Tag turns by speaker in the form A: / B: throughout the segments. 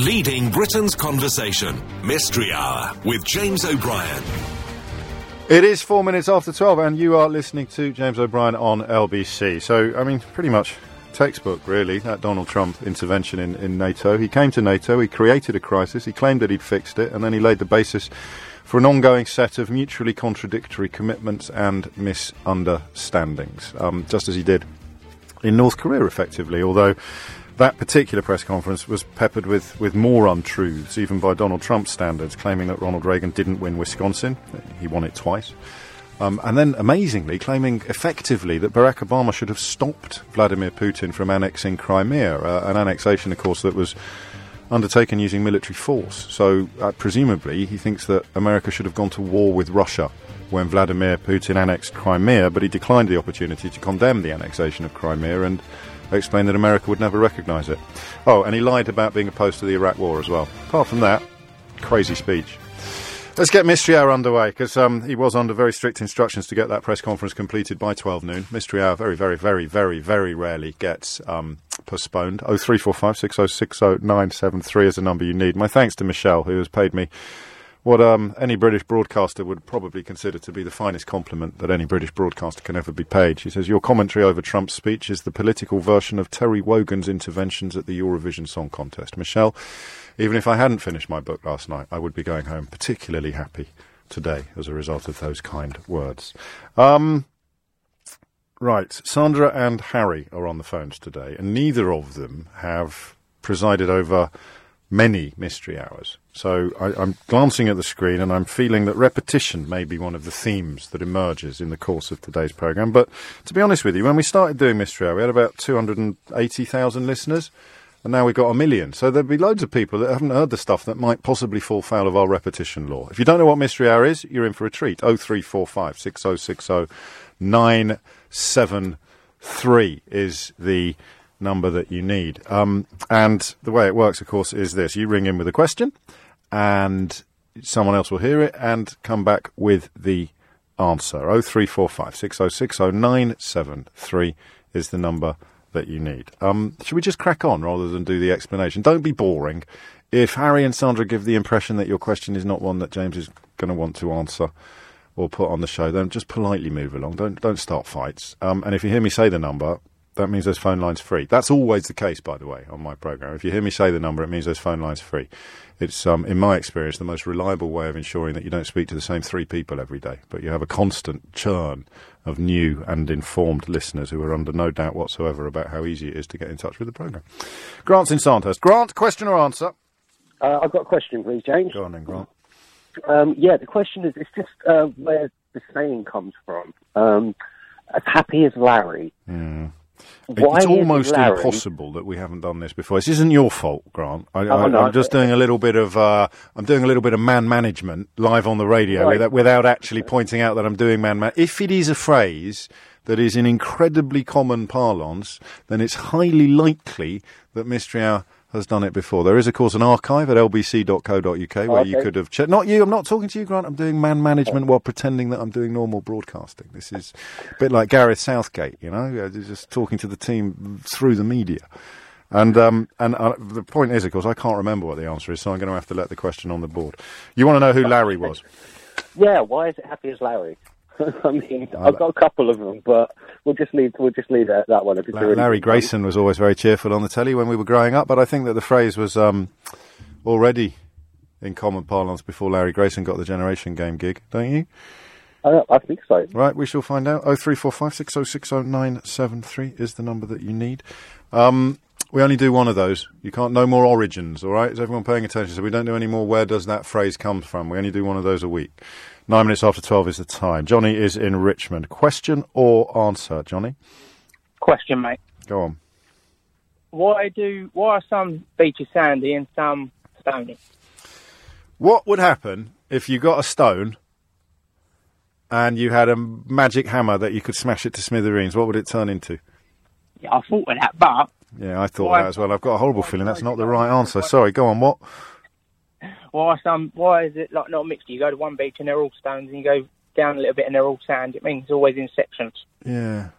A: Leading Britain's conversation, Mystery Hour with James O'Brien.
B: It is four minutes after 12, and you are listening to James O'Brien on LBC. So, I mean, pretty much textbook, really, that Donald Trump intervention in, in NATO. He came to NATO, he created a crisis, he claimed that he'd fixed it, and then he laid the basis for an ongoing set of mutually contradictory commitments and misunderstandings, um, just as he did in North Korea, effectively, although that particular press conference was peppered with, with more untruths, even by Donald Trump's standards, claiming that Ronald Reagan didn't win Wisconsin. He won it twice. Um, and then, amazingly, claiming effectively that Barack Obama should have stopped Vladimir Putin from annexing Crimea, uh, an annexation, of course, that was undertaken using military force. So, uh, presumably, he thinks that America should have gone to war with Russia when Vladimir Putin annexed Crimea, but he declined the opportunity to condemn the annexation of Crimea and explained that America would never recognise it. Oh, and he lied about being opposed to the Iraq War as well. Apart from that, crazy speech. Let's get Mystery Hour underway because um, he was under very strict instructions to get that press conference completed by 12 noon. Mystery Hour very, very, very, very, very rarely gets um, postponed. 0345 6060 973 is the number you need. My thanks to Michelle, who has paid me what um, any British broadcaster would probably consider to be the finest compliment that any British broadcaster can ever be paid. She says, Your commentary over Trump's speech is the political version of Terry Wogan's interventions at the Eurovision Song Contest. Michelle, even if I hadn't finished my book last night, I would be going home particularly happy today as a result of those kind words. Um, right, Sandra and Harry are on the phones today, and neither of them have presided over many mystery hours. So I, I'm glancing at the screen and I'm feeling that repetition may be one of the themes that emerges in the course of today's programme. But to be honest with you, when we started doing Mystery Hour, we had about 280,000 listeners. And now we've got a million. So there'd be loads of people that haven't heard the stuff that might possibly fall foul of our repetition law. If you don't know what Mystery Hour is, you're in for a treat. 0345 6060 973 is the number that you need. Um, and the way it works, of course, is this you ring in with a question, and someone else will hear it and come back with the answer. 0345 6060 973 is the number that you need. Um, should we just crack on rather than do the explanation? Don't be boring. If Harry and Sandra give the impression that your question is not one that James is going to want to answer or put on the show, then just politely move along. Don't don't start fights. Um, and if you hear me say the number, that means those phone lines free. That's always the case, by the way, on my program. If you hear me say the number, it means those phone lines free. It's, um, in my experience, the most reliable way of ensuring that you don't speak to the same three people every day, but you have a constant churn of new and informed listeners who are under no doubt whatsoever about how easy it is to get in touch with the program. Grant's in Sandhurst. Grant, question or answer?
C: Uh, I've got a question, please, James.
B: Go on then, Grant.
C: Um, yeah, the question is it's just uh, where the saying comes from. Um, as happy as Larry. Why
B: it's
C: is
B: almost
C: Larry-
B: impossible that we haven't done this before. This isn't your fault, Grant. I, I,
C: no,
B: I'm just doing a little bit of uh, I'm doing a little bit of man management live on the radio
C: Right.
B: without, without actually pointing out that I'm doing man man. If it is a phrase that is in incredibly common parlance, then it's highly likely that Mystery Hour has done it before. There is, of course, an archive at lbc.co.uk where you
C: Okay.
B: could have checked. Not you. I'm not talking to you, Grant. I'm doing man management while pretending that I'm doing normal broadcasting. This is a bit like Gareth Southgate, you know, Yeah, just talking to the team through the media. And um, and uh, the point is, of course, I can't remember what the answer is, so I'm going to have to let the question on the board. You want to know who Larry was?
C: Yeah, why is it happy as Larry? I mean, I've got a couple of them, but we'll just leave we'll just leave that, that one. if it's
B: La-
C: already-
B: Larry Grayson was always very cheerful on the telly when we were growing up, but I think that the phrase was um, already in common parlance before Larry Grayson got the Generation Game gig, don't you?
C: Uh, I think so.
B: Right, we shall find out. Oh, 0345 6060 973 is the number that you need. Um, we only do one of those. You can't, no more origins, all right? Is everyone paying attention? So we don't do any more where does that phrase come from. We only do one of those a week. Nine minutes after 12 is the time. Johnny is in Richmond. Question or answer, Johnny?
D: question, mate.
B: Go on.
D: Why do why are some beaches sandy and some stony?
B: What would happen if you got a stone and you had a magic hammer that you could smash it to smithereens? What would it turn into?
D: Yeah, I thought of that, but
B: Yeah, I thought
D: Why-
B: that as well. I've got a horrible feeling that's not the right answer. Sorry, go on. What?
D: why are some why is it like not mixed? You go to one beach and they're all stones, and you go down a little bit and they're all sand. It means it's always in sections.
B: Yeah.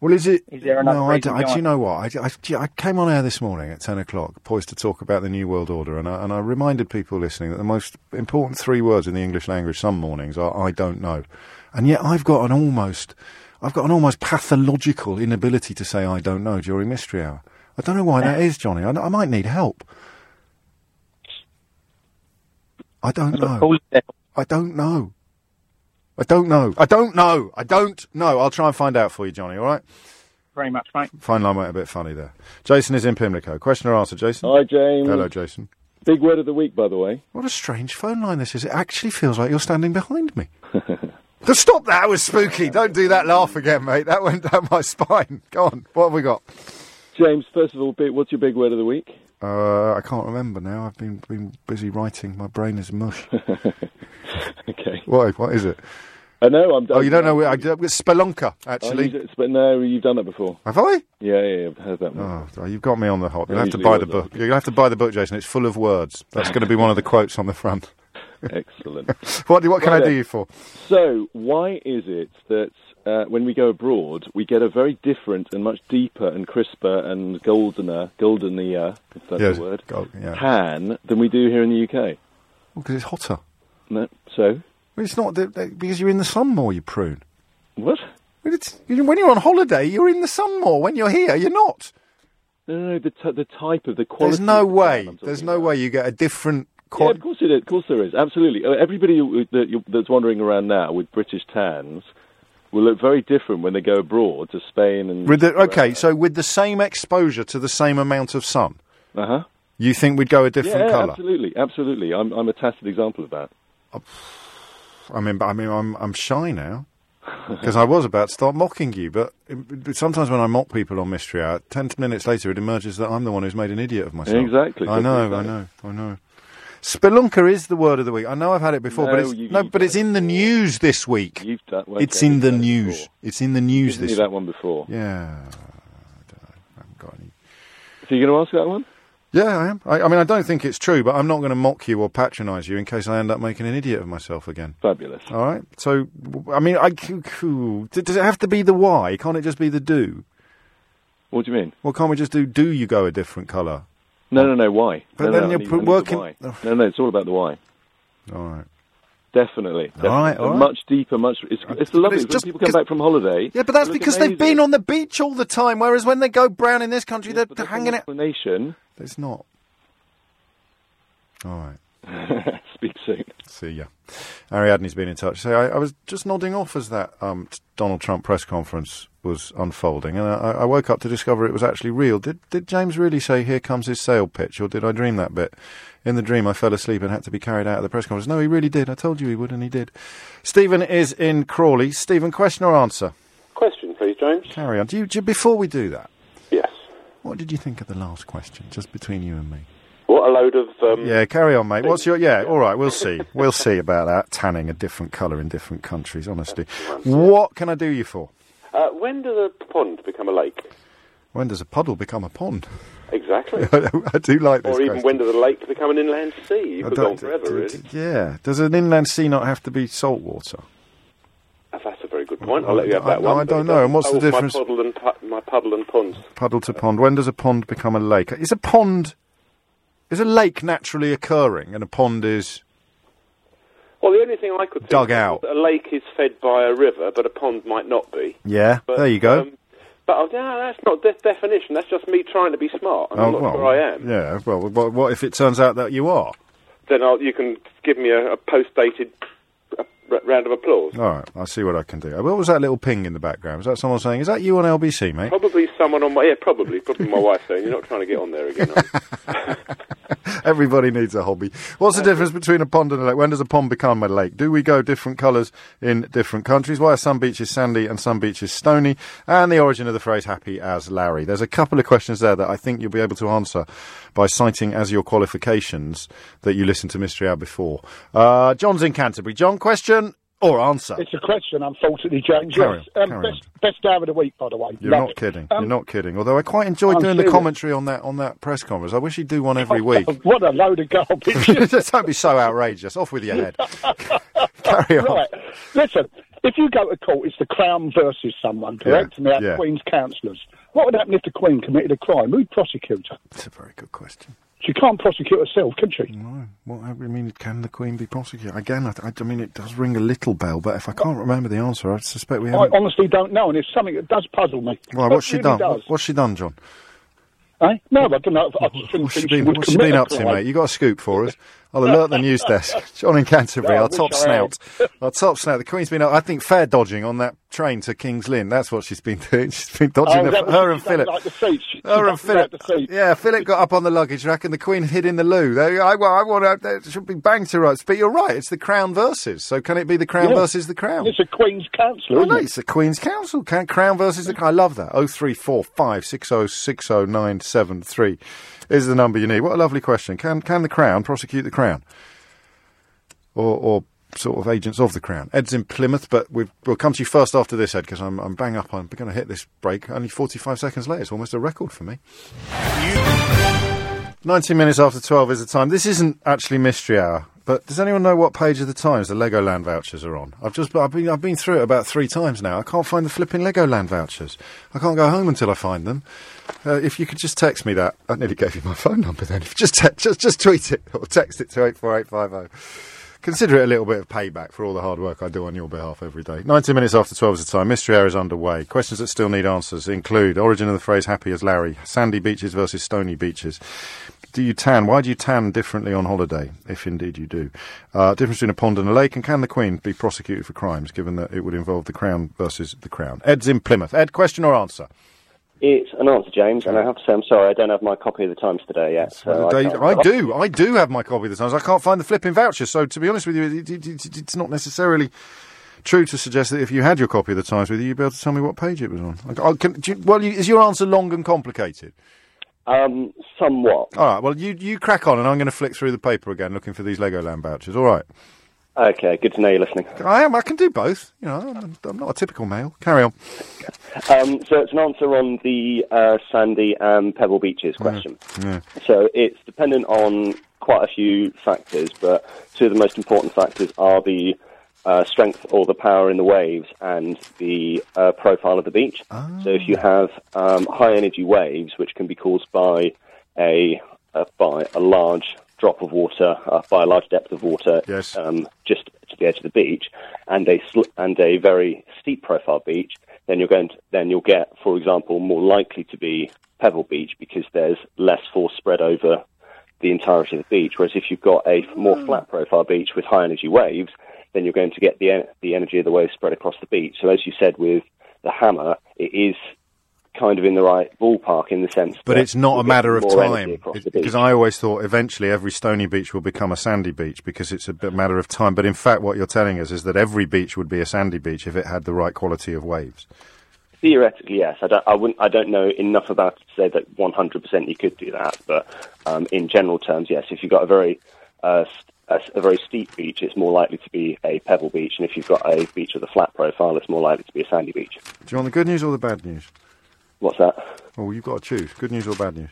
B: Well, is it?
D: Is there another
B: no, I
D: reason
B: don't- I- do
D: why-
B: you know what? I, I- gee, I came on air this morning at 10 o'clock, poised to talk about the New World Order, and I, and I reminded people listening that the most important three words in the English language some mornings are I don't know. And yet I've got an almost, I've got an almost pathological inability to say I don't know during Mystery Hour. I don't know why that is, Johnny. I, I might need help. I don't know.
D: Paul said,
B: I don't know. I don't know. I don't know. I don't know. I'll try and find out for you, Johnny, all right?
D: very much, mate.
B: Fine line went a bit funny there. Jason is in Pimlico. Question or answer, Jason?
E: Hi, James.
B: Hello, Jason.
E: Big word of the week, by the way.
B: What a strange phone line this is. It actually feels like you're standing behind me. Stop that. That was spooky. Don't do that laugh again, mate. That went down my spine. Go on. What have we got?
E: James, first of all, big, what's your big word of the week?
B: Uh, I can't remember now. I've been, been busy writing. My brain is mush.
E: Okay.
B: what, what is it?
E: I know I'm. Oh,
B: Oh, you don't know. I, it's Spelunker, actually.
E: But no, you've done that before.
B: Have I?
E: Yeah, yeah, yeah, I've heard that one.
B: Oh, oh, you've got me on the hop. You'll
E: I
B: have to
E: usually
B: buy the
E: order.
B: book. You'll have to buy the book, Jason. It's full of words. That's going to be one of the quotes on the front.
E: Excellent.
B: What, do- what can I
E: Right.
B: do you for?
E: So, why is it that uh, when we go abroad, we get a very different and much deeper and crisper and goldener, goldenier, if that's
B: Yes,
E: the word,
B: gold- yeah.
E: tan than we do here in the UK?
B: Because Oh, it's hotter.
E: No, so
B: Well, It's not that, that- because you're in the sun more, you prune.
E: what?
B: Well, It's, you- when you're on holiday, you're in the sun more. When you're here, you're not.
E: No, no, no. The, t- the type of the quality.
B: There's no
E: of tan
B: way.
E: I'm talking
B: There's no
E: about.
B: way you get a different.
E: Yeah,
B: Qual-
E: of course it is. Of course there is. Absolutely. Uh, Everybody who- that you- that's wandering around now with British tans will look very different when they go abroad to Spain and.
B: with the, okay, so with the same exposure to the same amount of sun,
E: Uh huh.
B: you think we'd go a
E: Yeah,
B: different colour?
E: absolutely, absolutely. I'm I'm a tacit example of that.
B: I mean, but I mean, I'm I'm shy now because I was about to start mocking you. But it- sometimes when I mock people on Mystery Hour, ten minutes later it emerges that I'm the one who's made an idiot of myself.
E: Exactly.
B: I know. I
E: Exactly.
B: know. I know. Spelunker is the word of the week. I know I've had it before, Oh, but
E: No,
B: it's
E: you-
B: no,
E: you've
B: but
E: done
B: it's
E: it
B: in the
E: before.
B: news this week.
E: You've done. well,
B: it's
E: okay,
B: in
E: you've
B: the
E: done it
B: news.
E: before.
B: It's in the news
E: You've done
B: this.
E: that one before.
B: Yeah. I don't know. I haven't got any.
E: So you're going to ask that one?
B: Yeah, I am. I, I mean, I don't think it's true, but I'm not going to mock you or patronise you in case I end up making an idiot of myself again.
E: Fabulous.
B: All right. So, w- I mean, I, c- c- d- does it have to be the why? Can't it just be the do?
E: What do you mean?
B: Well, can't we just do do you go a different colour?
E: No, no, no. Why?
B: But
E: No,
B: then
E: no, I
B: you're
E: need-
B: pr-
E: I need the
B: working-
E: why. No, no. It's all about the why.
B: All right.
E: Definitely. definitely.
B: right, all
E: A
B: right.
E: Much deeper, much. It's, it's lovely.
B: it's
E: when
B: just
E: people come
B: because-
E: back from holiday.
B: Yeah, but that's
E: they look
B: because they've
E: amazing.
B: been on the beach all the time, whereas when they go brown in this country,
E: Yes, but
B: they're
E: that's an
B: hanging out.
E: Explanation.
B: It's not. All right.
E: Speak soon.
B: See ya. Ariadne's been in touch. So I, I was just nodding off as that um, t- Donald Trump press conference was unfolding, and I, I woke up to discover it was actually real. Did did James really say "Here comes his sale pitch," or did I dream that bit? In the dream, I fell asleep and had to be carried out of the press conference. No, he really did. I told you he would, and he did. Stephen is in Crawley. Stephen, question or answer?
F: Question, please, James.
B: Carry on. Do you, do you- before we do that,
F: Yes.
B: what did you think of the last question, just between you and me?
F: What a load of um,
B: Yeah, carry on, mate. What's your yeah? All right, we'll see. We'll see about that tanning a different colour in different countries. Honestly, what can I do you for?
F: Uh, when does a pond become a lake?
B: When does a puddle become a pond?
F: Exactly.
B: I do like this.
F: or even
B: question.
F: when does a lake become an inland sea? You
B: I
F: could go
B: don't-
F: on forever,
B: d-
F: really.
B: d- Yeah. Does an inland sea not have to be salt water?
F: That's a very good point. I'll let you have
B: I-
F: that
B: no,
F: one.
B: I don't know.
F: But it does-
B: And what's the
F: oh,
B: difference-
F: My puddle and, pu- my puddle and ponds.
B: Puddle to pond. When does a pond become a lake? Is a pond? Is a lake naturally occurring, and a pond is?
F: Well, the only thing I could think
B: Dug
F: of
B: out.
F: is that a lake is fed by a river, but a pond might not be.
B: Yeah.
F: But,
B: there you go.
F: Um, but oh, no, that's not de- definition. That's just me trying to be smart. and
B: Oh,
F: I'm not
B: well,
F: sure I am.
B: Yeah. Well, what, what if it turns out that you are?
F: Then I'll, you can give me a, a post-dated uh, r- round of applause.
B: All right, I'll see what I can do. What was that little ping in the background? Was that someone saying, "Is that you on LBC, mate?"
F: Probably someone on my yeah, probably probably my wife saying you're not trying to get on there again. are you?"
B: Everybody needs a hobby. What's
G: Uh,
B: the difference between a pond and a lake? When does a pond become a lake? Do we go different colours in different countries? Why are some beaches sandy and some beaches stony? And the origin of the phrase "happy as Larry." There's a couple of questions there that I think you'll be able to answer by citing as your qualifications that you listened to Mystery Hour before. Uh, John's in Canterbury. John, question or answer?
G: It's a question, unfortunately, James.
B: Carry
G: yes.
B: on,
G: Um,
B: carry
G: best, best hour of the week, by the way.
B: You're
G: Love
B: not
G: it.
B: kidding.
G: Um,
B: You're not kidding. Although I quite enjoyed
G: I'm
B: doing the
G: serious.
B: commentary on that on that press conference. I wish he'd do one every week.
G: What a load of garbage.
B: Don't be so outrageous. Off with your head. Carry on.
G: right. Listen, If you go to court, it's the Crown versus someone, correct?
B: Yeah,
G: And they have
B: yeah.
G: Queen's councillors. What would happen if the Queen committed a crime? Who'd prosecute her?
B: That's a very good question.
G: She can't prosecute herself, can she?
B: No. Well, I mean, can the Queen be prosecuted? Again, I, I mean, it does ring a little bell, but if I can't remember the answer, I suspect we
G: I
B: haven't.
G: honestly don't know, and it's something that does puzzle me.
B: Well,
G: It
B: what's she
G: really
B: done?
G: does.
B: What- What's she done, John?
G: Eh? No, I don't know. I just didn't
B: What's she
G: think she
B: been,
G: would
B: what's she
G: commit
B: been
G: a
B: up to,
G: crime.
B: mate? you got a scoop for us. I'll alert the news desk. John in Canterbury,
G: Yeah, I
B: our
G: wish
B: top
G: I
B: snout. Our top snout. The Queen's been, I think, fair dodging on that train to King's Lynn. That's what she's been doing. She's been
G: Oh,
B: dodging
G: is
B: the-
G: that what
B: her
G: she
B: and
G: does,
B: Philip.
G: Like the seats. She
B: Her and
G: does like
B: Philip.
G: the seats.
B: Yeah, Philip got up on the luggage rack and the Queen hid in the loo. They- I, well, I want to, should be banged to rights. But you're right, it's the Crown versus. So can it be the Crown
G: Yeah.
B: versus the Crown?
G: It's a Queen's councillor,
B: Oh,
G: isn't
B: no,
G: it?
B: it's the Queen's Council. Can, Crown versus the Crown. I love that. Oh, 0345 oh, 6060973 is the number you need. What a lovely question. Can can the Crown prosecute the Crown? Or, or sort of agents of the Crown? Ed's in Plymouth, but we've, we'll come to you first after this, Ed, because I'm, I'm bang up. I'm going to hit this break only 45 seconds later. It's almost a record for me. 19 minutes after 12 is the time. This isn't actually Mystery Hour, but does anyone know what page of the Times the Legoland vouchers are on? I've just I've been, I've been through it about three times now. I can't find the flipping Legoland vouchers. I can't go home until I find them. Uh, if you could just text me that. I nearly gave you my phone number then. Just, te- just, just tweet it or text it to 84850. oh. Consider it a little bit of payback for all the hard work I do on your behalf every day. 19 minutes after 12 is the time. Mystery Hour is underway. Questions that still need answers include origin of the phrase happy as Larry, sandy beaches versus stony beaches. Do you tan? Why do you tan differently on holiday, if indeed you do? Uh, difference between a pond and a lake, and can the Queen be prosecuted for crimes, given that it would involve the Crown versus the Crown? Ed's in Plymouth. Ed, question or answer?
H: It's an answer, James, and I have to say I'm sorry I don't have my copy of the Times today yet. So
B: They-
H: can't-
B: I do. I do have my copy of the Times. I can't find the flipping voucher. So, to be honest with you, it, it, it, it's not necessarily true to suggest that if you had your copy of the Times with you, you'd be able to tell me what page it was on. I, I can, do you, well, you, is your answer long and complicated?
H: Um, somewhat.
B: All right. Well, you you crack on, and I'm going to flick through the paper again looking for these Legoland vouchers. All right.
H: Okay, good to know you're listening.
B: I am. I can do both. You know, I'm, I'm not a typical male. Carry on.
H: Um, so it's an answer on the uh, sandy and pebble
B: Mm.
H: beaches question. So it's dependent on quite a few factors, but two of the most important factors are the uh, strength or the power in the waves and the uh, profile of the beach. So if you have um, high energy waves, which can be caused by a uh, by a large drop of water, uh, by a large depth of water,
B: Yes.
H: um, just to the edge of the beach, and a sl- and a very steep profile beach, then you're going to, then you'll get, for example, more likely to be pebble beach because there's less force spread over the entirety of the beach. Whereas if you've got a f-
B: Hmm.
H: more flat profile beach with high energy waves, then you're going to get the en- the energy of the waves spread across the beach. So as you said with the hammer, it is kind of in the right ballpark in the sense,
B: But
H: that
B: it's not
H: you'll
B: a
H: get
B: matter of
H: more energy
B: time
H: across
B: It-
H: the beach.
B: because I always thought eventually every stony beach will become a sandy beach because it's a bit matter of time. But in fact, what you're telling us is that every beach would be a sandy beach if it had the right quality of waves.
H: Theoretically, yes. I don't, I, wouldn't, I don't know enough about it to say that 100% you could do that, but um, in general terms, yes. If you've got a very uh, st- a, s- a very steep beach, it's more likely to be a pebble beach, and if you've got a beach with a flat profile, it's more likely to be a sandy beach.
B: Do you want the good news or the bad news?
H: What's that?
B: Oh, you've got to choose good news or bad news.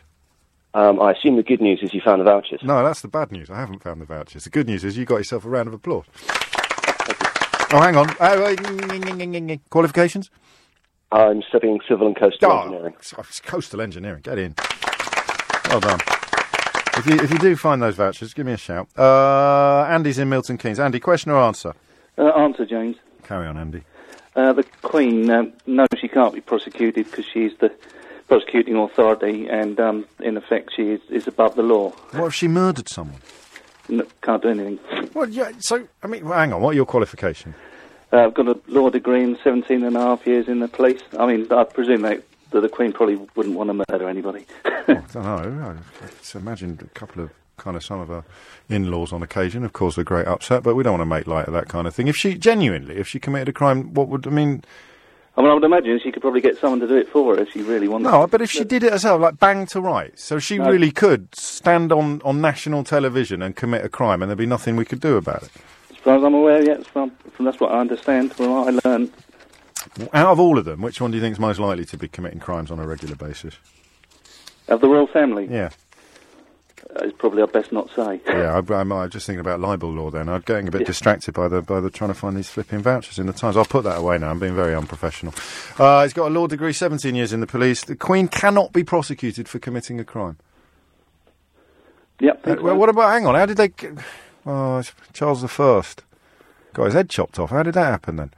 H: Um, I assume the good news is you found the vouchers.
B: No, that's the bad news. I haven't found the vouchers. The good news is you got yourself a round of applause. Oh, hang on. Oh, wait, ning, ning, ning, ning, ning, ning. Qualifications?
H: I'm studying civil and coastal engineering.
B: it's- it's coastal engineering. Get in. Well done. If you, if you do find those vouchers, give me a shout. Uh, Andy's in Milton Keynes. Andy, question or answer?
I: Uh, answer, James.
B: Carry on, Andy.
I: Uh, the Queen, um, no, she can't be prosecuted because she's the prosecuting authority, and um, in effect, she is, is above the law.
B: What if she murdered someone?
I: N can't do anything.
B: Well, yeah. So, I mean, well, hang on. What are your qualification?
I: Uh, I've got a law degree and 17 and a half years in the police. I mean, I presume that, that the Queen probably wouldn't want to murder anybody.
B: I don't know. I just imagined a couple of kind of some of our in-laws on occasion have caused a great upset, but we don't want to make light of that kind of thing. If she genuinely, if she committed a crime, what would I mean?
I: I mean, I would imagine she could probably get someone to do it for her if she really wanted
B: No, but if she did it herself, like bang to rights, so she really could stand on, on national television and commit a crime, and there'd be nothing we could do about it.
I: As far as I'm aware, yes, from, from that's what I understand, from what I learned.
B: Out of all of them, which one do you think is most likely to be committing crimes on a regular basis?
I: Of the royal family,
B: Yeah,
I: it's probably I best not say.
B: Yeah, I, I'm, I'm just thinking about libel law. Then I'm getting a bit
I: Yeah.
B: distracted by the by the trying to find these flipping vouchers in the Times. I'll put that away now. I'm being very unprofessional. Uh, he's got a law degree, 17 years in the police. The Queen cannot be prosecuted for committing a crime.
I: Yep.
B: Uh, well, what about? Hang on. How did they? g- Oh, it's Charles the First got his head chopped off. How did that happen then?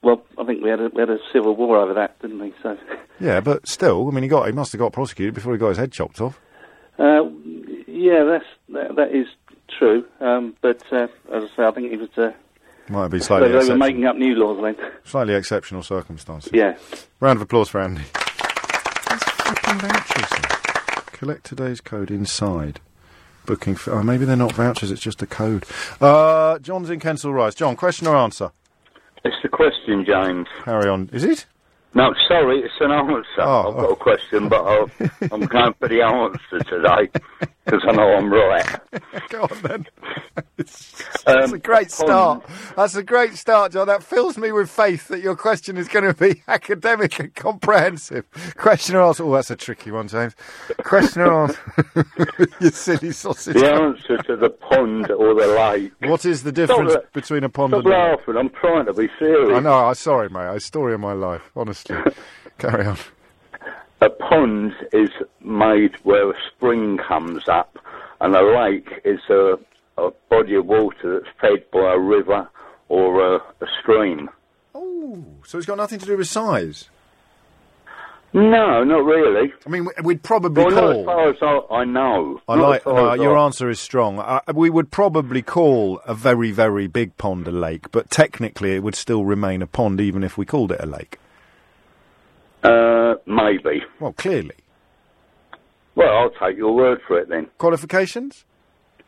I: Well, I think we had a, we had a civil war over that, didn't we? So,
B: Yeah, but still, I mean, he got he must have got prosecuted before he got his head chopped off.
I: uh, yeah, that's that, that is true. Um, but uh, as I say, I think it was uh,
B: Might be
I: they,
B: slightly
I: they were
B: exceptional.
I: making up new laws then.
B: slightly exceptional circumstances.
I: Yeah.
B: Round of applause for Andy. Collect today's code inside. Booking for. Oh, maybe they're not vouchers, it's just a code. Uh, John's in Kensal Rise. John, question or answer?
J: It's the question, James.
B: Carry on. Is it? Oh.
J: No, sorry, it's an answer. I've got a question, but I'll, I'm going for the answer today because I know I'm right. Um,
B: Go on then.
J: That's
B: a great start. That's a great start, John. That fills me with faith that your question is going to be academic and comprehensive. Question or answer? Oh, that's a tricky one, James. Question or answer? you silly sausage.
J: The answer to the pond or the lake.
B: What is the difference
J: Stop it.
B: between a pond
J: Stop
B: and a lake?
J: laughing. I'm trying to be serious.
B: I know. I'm sorry, mate. A story of my life, honestly. Carry on.
J: A pond is made where a spring comes up, and a lake is a, a body of water that's fed by a river or a, a stream.
B: Oh, so it's got nothing to do with size.
J: No, not really.
B: I mean, we'd probably
J: well,
B: call.
J: Not as far as I, I know.
B: I
J: Not
B: like
J: as far
B: uh,
J: as
B: your
J: I-
B: answer is strong. Uh, we would probably call a very, very big pond a lake, but technically it would still remain a pond even if we called it a lake.
J: Uh, maybe.
B: Well, clearly.
J: Well, I'll take your word for it then.
B: Qualifications?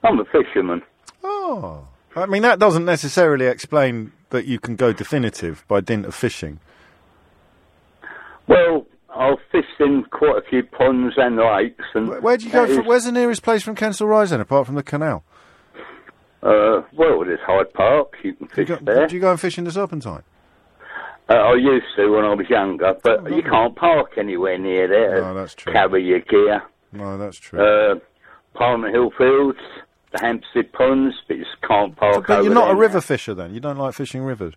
J: I'm a fisherman.
B: Oh, I mean that doesn't necessarily explain that you can go definitive by dint of fishing.
J: Well, I've fished in quite a few ponds and lakes. And
B: Where do you go?
J: that
B: From,
J: is-
B: where's the nearest place from Kensal Rise then, apart from the canal?
J: Uh, well, there's Hyde Park. You can fish there.
B: Do you go and fish in the Serpentine?
J: Uh, I used to when I was younger,
B: Oh,
J: but you can't park anywhere near there. No, that's true. Carry your gear.
B: No, that's true.
J: Uh, Palmer Hill Fields, the Hampstead Ponds, but you just can't park
B: But
J: over
B: you're not
J: there.
B: a river fisher then. You don't like fishing rivers.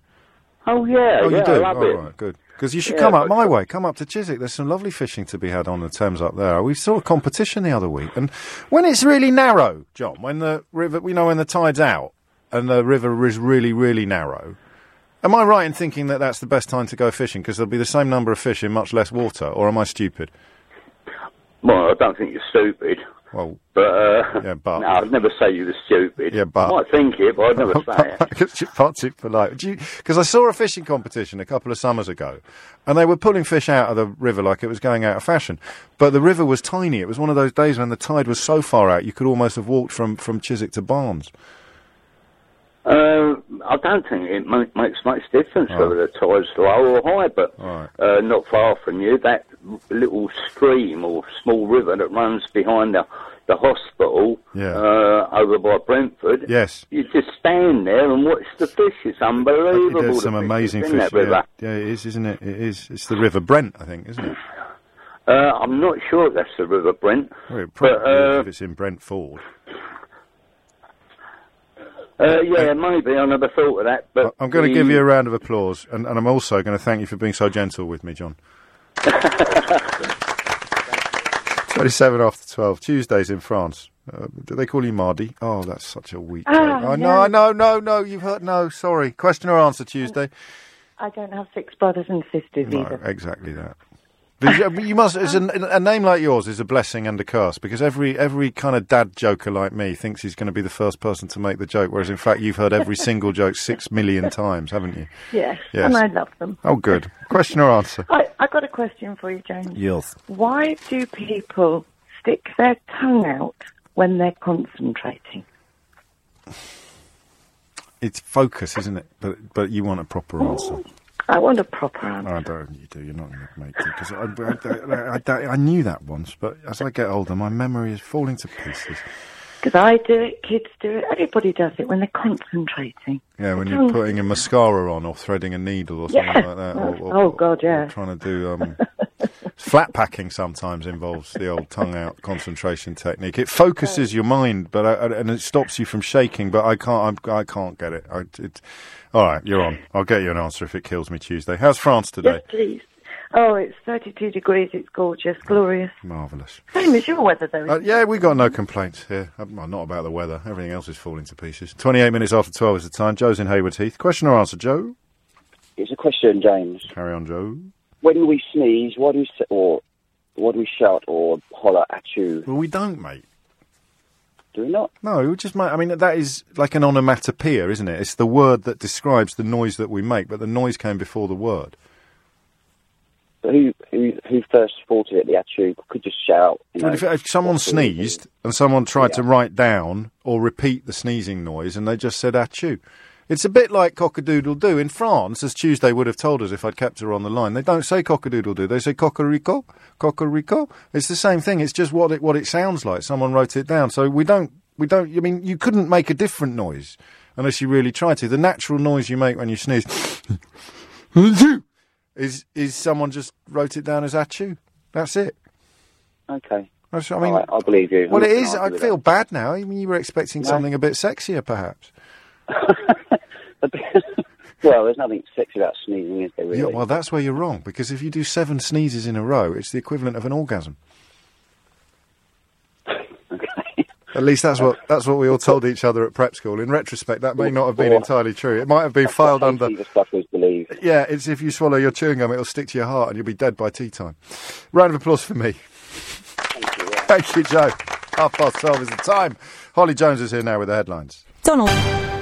J: Oh, yeah,
B: oh,
J: yeah,
B: you do.
J: I love
B: All
J: it.
B: right, good. Because you should
J: Yeah,
B: come up
J: but-
B: my way. Come up to Chiswick. There's some lovely fishing to be had on the Thames up there. We saw a competition the other week, and when it's really narrow, John, when the river, you know, when the tide's out and the river is really, really narrow. Am I right in thinking that that's the best time to go fishing because there'll be the same number of fish in much less water, or am I stupid?
J: Well, I don't think you're stupid.
B: Well,
J: but, uh,
B: yeah, but.
J: No, I'd never say you were stupid. Yeah, but. I might think it, but I'd never say it.
B: Because you're far too polite. Because I saw a fishing competition a couple of summers ago, and they were pulling fish out of the river like it was going out of fashion. But the river was tiny. It was one of those days when the tide was so far out you could almost have walked from, from Chiswick to Barnes.
J: Uh, I don't think it ma- makes much difference whether the tide's low or high, but uh, not far from you, that little stream or small river that runs behind the, the hospital
B: Yeah.
J: uh, over by Brentford.
B: Yes.
J: You just stand there and watch the fish. It's unbelievable.
B: There's
J: the
B: some
J: fish
B: amazing
J: that's
B: fish.
J: in that
B: yeah.
J: river.
B: Yeah. it is, isn't it? It is. It's the River Brent, I think, isn't it?
J: Uh, I'm not sure if that's the River Brent.
B: Well, it
J: But,
B: probably is
J: uh,
B: if it's in Brentford.
J: Uh, yeah, maybe. I never thought of that. But
B: I'm going
J: the-
B: to give you a round of applause, and, and I'm also going to thank you for being so gentle with me, John. 27 after 12, Tuesdays in France. Uh, do they call you Mardi? Oh, that's such a weak.
K: Ah,
B: name. I know,
K: no.
B: I know, Oh, no, no, you've heard, no, sorry. Question or answer Tuesday?
K: I don't have six brothers and sisters
B: No,
K: either.
B: exactly that. But you, you must. It's an, a name like yours is a blessing and a curse because every every kind of dad joker like me thinks he's going to be the first person to make the joke, whereas in fact you've heard every single joke six million times, haven't you?
K: Yes,
B: Yes.
K: and I love them.
B: Oh, good. Question or answer?
K: I, I got a question for you, James.
B: Yes.
K: Why do people stick their tongue out when they're concentrating?
B: It's focus, isn't it? But but you want a proper answer.
K: I want a proper answer.
B: I don't. You do. You're not going to make it because I, I, I, I, I knew that once, but as I get older, my memory is falling to pieces.
K: Because I do it, kids do it, everybody does it when they're concentrating.
B: Yeah, when
K: tongue-
B: you're putting a mascara on or threading a needle or something
K: Oh. Yeah.
B: like that, or, or
K: oh, God, yeah.
B: trying to do um, Flat packing sometimes involves the old tongue out concentration technique. It focuses your mind, but I, and it stops you from shaking. But I can't. I'm, I can't get it. I, it. All right, you're on. I'll get you an answer if it kills me Tuesday. How's France today?
K: Yes, please. Oh, it's 32 degrees. It's gorgeous, glorious.
B: Marvelous.
K: Same as your weather, though.
B: Uh, yeah, we got no complaints here. Uh, Well, not about the weather. Everything else is falling to pieces. 28 minutes after 12 is the time. Joe's in Hayward Heath. Question or answer, Joe?
L: It's a question, James.
B: Carry on, Joe.
L: When we sneeze, why do we s- or why do we shout or holler at you?
B: Well, we don't, mate.
L: Do we not?
B: No, we just ma- I mean, that is like an onomatopoeia, isn't it? It's the word that describes the noise that we make, but the noise came before the word.
L: But who who who first thought of it? The attitude could just shout. You know,
B: Well, if, if someone sneezed and someone tried to write down or repeat the sneezing noise and they just said achoo. It's a bit like cockadoodle doo in France, as Tuesday would have told us if I'd kept her on the line. They don't say cockadoodle doo, they say cocorico, cocorico. It's the same thing. It's just what it what it sounds like. Someone wrote it down, so we don't we don't. I mean, you couldn't make a different noise unless you really tried to. The natural noise you make when you sneeze is is someone just wrote it down as achoo. That's it.
L: Okay.
B: That's, I mean,
L: All right, I believe you. I'm
B: well,
L: not
B: it
L: gonna
B: is.
L: argue
B: I
L: with
B: feel
L: that.
B: bad now. I mean, you were expecting
L: No.
B: something a bit sexier, perhaps.
L: Well, there's nothing sexy about sneezing, is there? Really?
B: Yeah, well, that's where you're wrong because if you do seven sneezes in a row, it's the equivalent of an orgasm. At least that's what that's what we all told each other at prep school. In retrospect, that may not have been
L: Or-
B: entirely true. It might have been
L: That's what
B: filed under.
L: Haiti, The stuff was believed.
B: Yeah, it's if you swallow your chewing gum, it'll stick to your heart and you'll be dead by tea time. Round of applause for me. Thank you, Joe. Half past twelve is the time. Holly Jones is here now with the headlines.
M: Donald.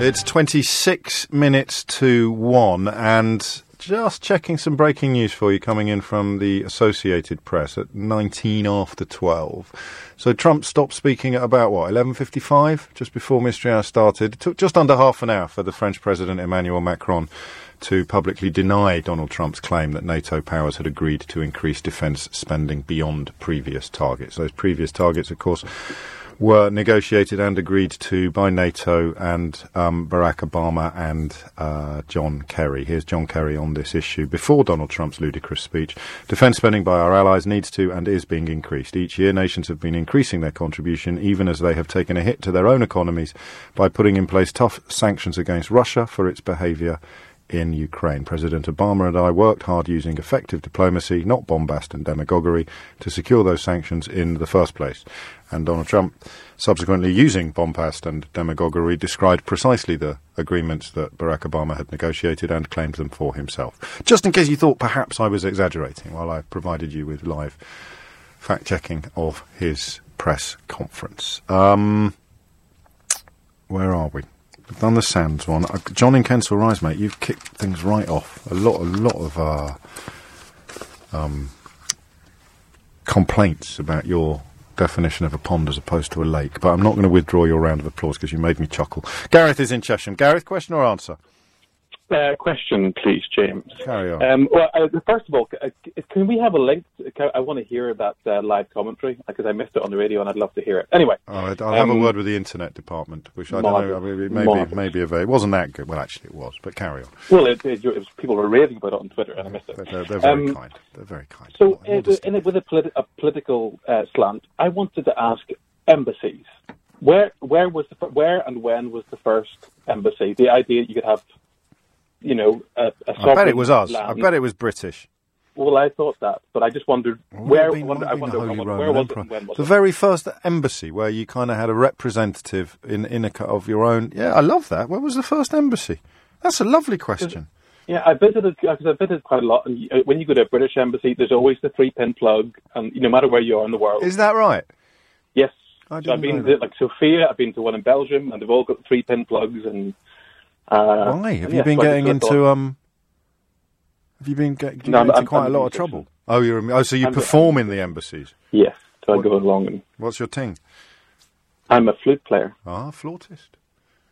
B: It's 26 minutes to one, and just checking some breaking news for you coming in from the Associated Press at 19 after 12. So Trump stopped speaking at about what 11:55, just before Mystery Hour started. It took just under half an hour for the French President Emmanuel Macron to publicly deny Donald Trump's claim that NATO powers had agreed to increase defence spending beyond previous targets. Those previous targets, of course, were negotiated and agreed to by NATO and um, Barack Obama and uh, John Kerry. Here's John Kerry on this issue before Donald Trump's ludicrous speech. Defence spending by our allies needs to and is being increased. Each year, nations have been increasing their contribution, even as they have taken a hit to their own economies by putting in place tough sanctions against Russia for its behaviour in Ukraine. President Obama and I worked hard using effective diplomacy, not bombast and demagoguery, to secure those sanctions in the first place. And Donald Trump, subsequently using bombast and demagoguery, described precisely the agreements that Barack Obama had negotiated and claimed them for himself. Just in case you thought perhaps I was exaggerating while I provided you with live fact checking of his press conference. Um, where are we? We've done the Sands one. Uh, John in Kensal Rise, mate, you've kicked things right off. A lot, a lot of uh, um, complaints about your definition of a pond as opposed to a lake. But I'm not going to withdraw your round of applause because you made me chuckle. Gareth is in Chesham. Gareth, question or answer?
N: Uh, question, please, James.
B: Carry on.
N: Um, well, uh, first of all, c- uh, c- can we have a link? To, can- I want to hear about uh, live commentary because I missed it on the radio and I'd love to hear it. Anyway,
B: All right, I'll have a
N: um,
B: word with the internet department, which I
N: Marvellous.
B: don't know. I mean, maybe,
N: Marvellous.
B: maybe a very, it wasn't that good. Well, actually, it was. But carry on.
N: well, it, it, it was, people were raving about it on Twitter and I missed it.
B: They're, they're very
N: Um,
B: kind. They're very kind.
N: So, uh, in a, with a, politi- a political uh, slant, I wanted to ask embassies. Where, where was the, fir- where and when was the first embassy? The idea that you could have, you know, a, a
B: I bet it
N: sovereign
B: was us. I
N: land-
B: bet it was British.
N: Well, I thought that, but I just wondered where. wonder- I wonder where
B: Roman
N: was it
B: Emperor.
N: and when was
B: the
N: it?
B: very first embassy where you kind of had a representative in, in a, co- of your own. Yeah, I love that. Where was the first embassy? That's a lovely question.
N: Yeah, I visited because I visited quite a lot, and uh, when you go to a British embassy, there's always the three pin plug, and no matter where you are in the world.
B: Is that right?
N: yes,
B: I
N: so
B: didn't
N: I've been
B: know
N: to like Sofia, I've been to one in Belgium, and they've all got three pin plugs. And uh,
B: Why have
N: yeah,
B: you been
N: so I
B: getting
N: just sort of
B: into
N: thought-
B: um? Have you been get, you get
N: No, I'm-
B: into
N: I'm-
B: quite
N: I'm
B: a lot
N: a
B: of trouble? Oh, you're a mu- oh, so you
N: I'm a-
B: perform in the embassies?
N: Yes, so I go along and.
B: What's your ting?
N: I'm a flute player.
B: Ah, flautist.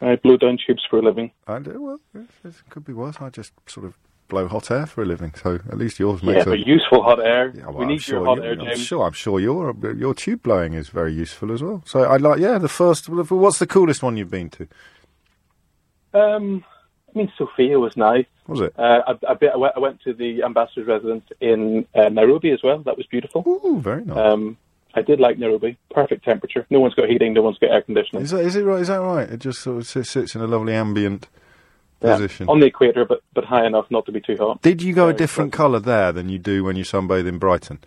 N: I blow down tubes for a living.
B: I do. Well, it could be worse. I just sort of blow hot air for a living. So at least yours makes
N: yeah,
B: a
N: but useful hot air.
B: Yeah, well,
N: we
B: I'm
N: need
B: sure
N: your hot
B: you-
N: air,
B: I'm
N: James.
B: sure, I'm sure your your tube blowing is very useful as well. So I like, yeah, the first. What's the coolest one you've been to?
N: Um, I mean, Sofia was nice.
B: Was it?
N: Uh, I, I, bit, I, went, I went to the ambassador's residence in uh, Nairobi as well. That was beautiful.
B: Ooh, very nice.
N: Um, I did like Nairobi. Perfect temperature. No one's got heating. No one's got air conditioning.
B: Is that is it right? Is that right? It just sort of si- sits in a lovely ambient
N: Yeah.
B: position.
N: On the equator, but but high enough not to be too hot.
B: Did you go a different colour there than you do when you sunbathe in Brighton?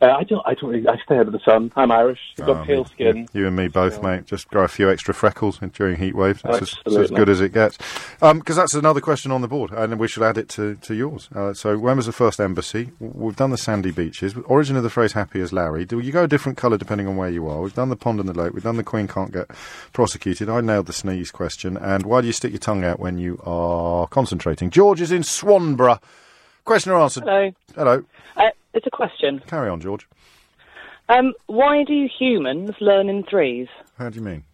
N: Uh, I don't. I don't. Really, I stay out of the sun. I'm Irish. I've got
B: Oh,
N: pale
B: mate,
N: skin.
B: You, you and me both, mate. Just grow a few extra freckles during heat waves. That's as, that's as
N: Absolutely.
B: good as it gets. Because that's another question on the board, and we should add it to, to yours. Uh, so, when was the first embassy? W- We've done the sandy beaches. Origin of the phrase happy as Larry. Do you go a different colour depending on where you are? We've done the pond and the lake. We've done the Queen can't get prosecuted. I nailed the sneeze question. And why do you stick your tongue out when you are concentrating? George is in Swanborough. Question or answer?
M: Hello.
B: Hello.
M: Uh, it's a question.
B: Carry on, George.
M: Um, why do humans learn in threes?
B: How do you mean?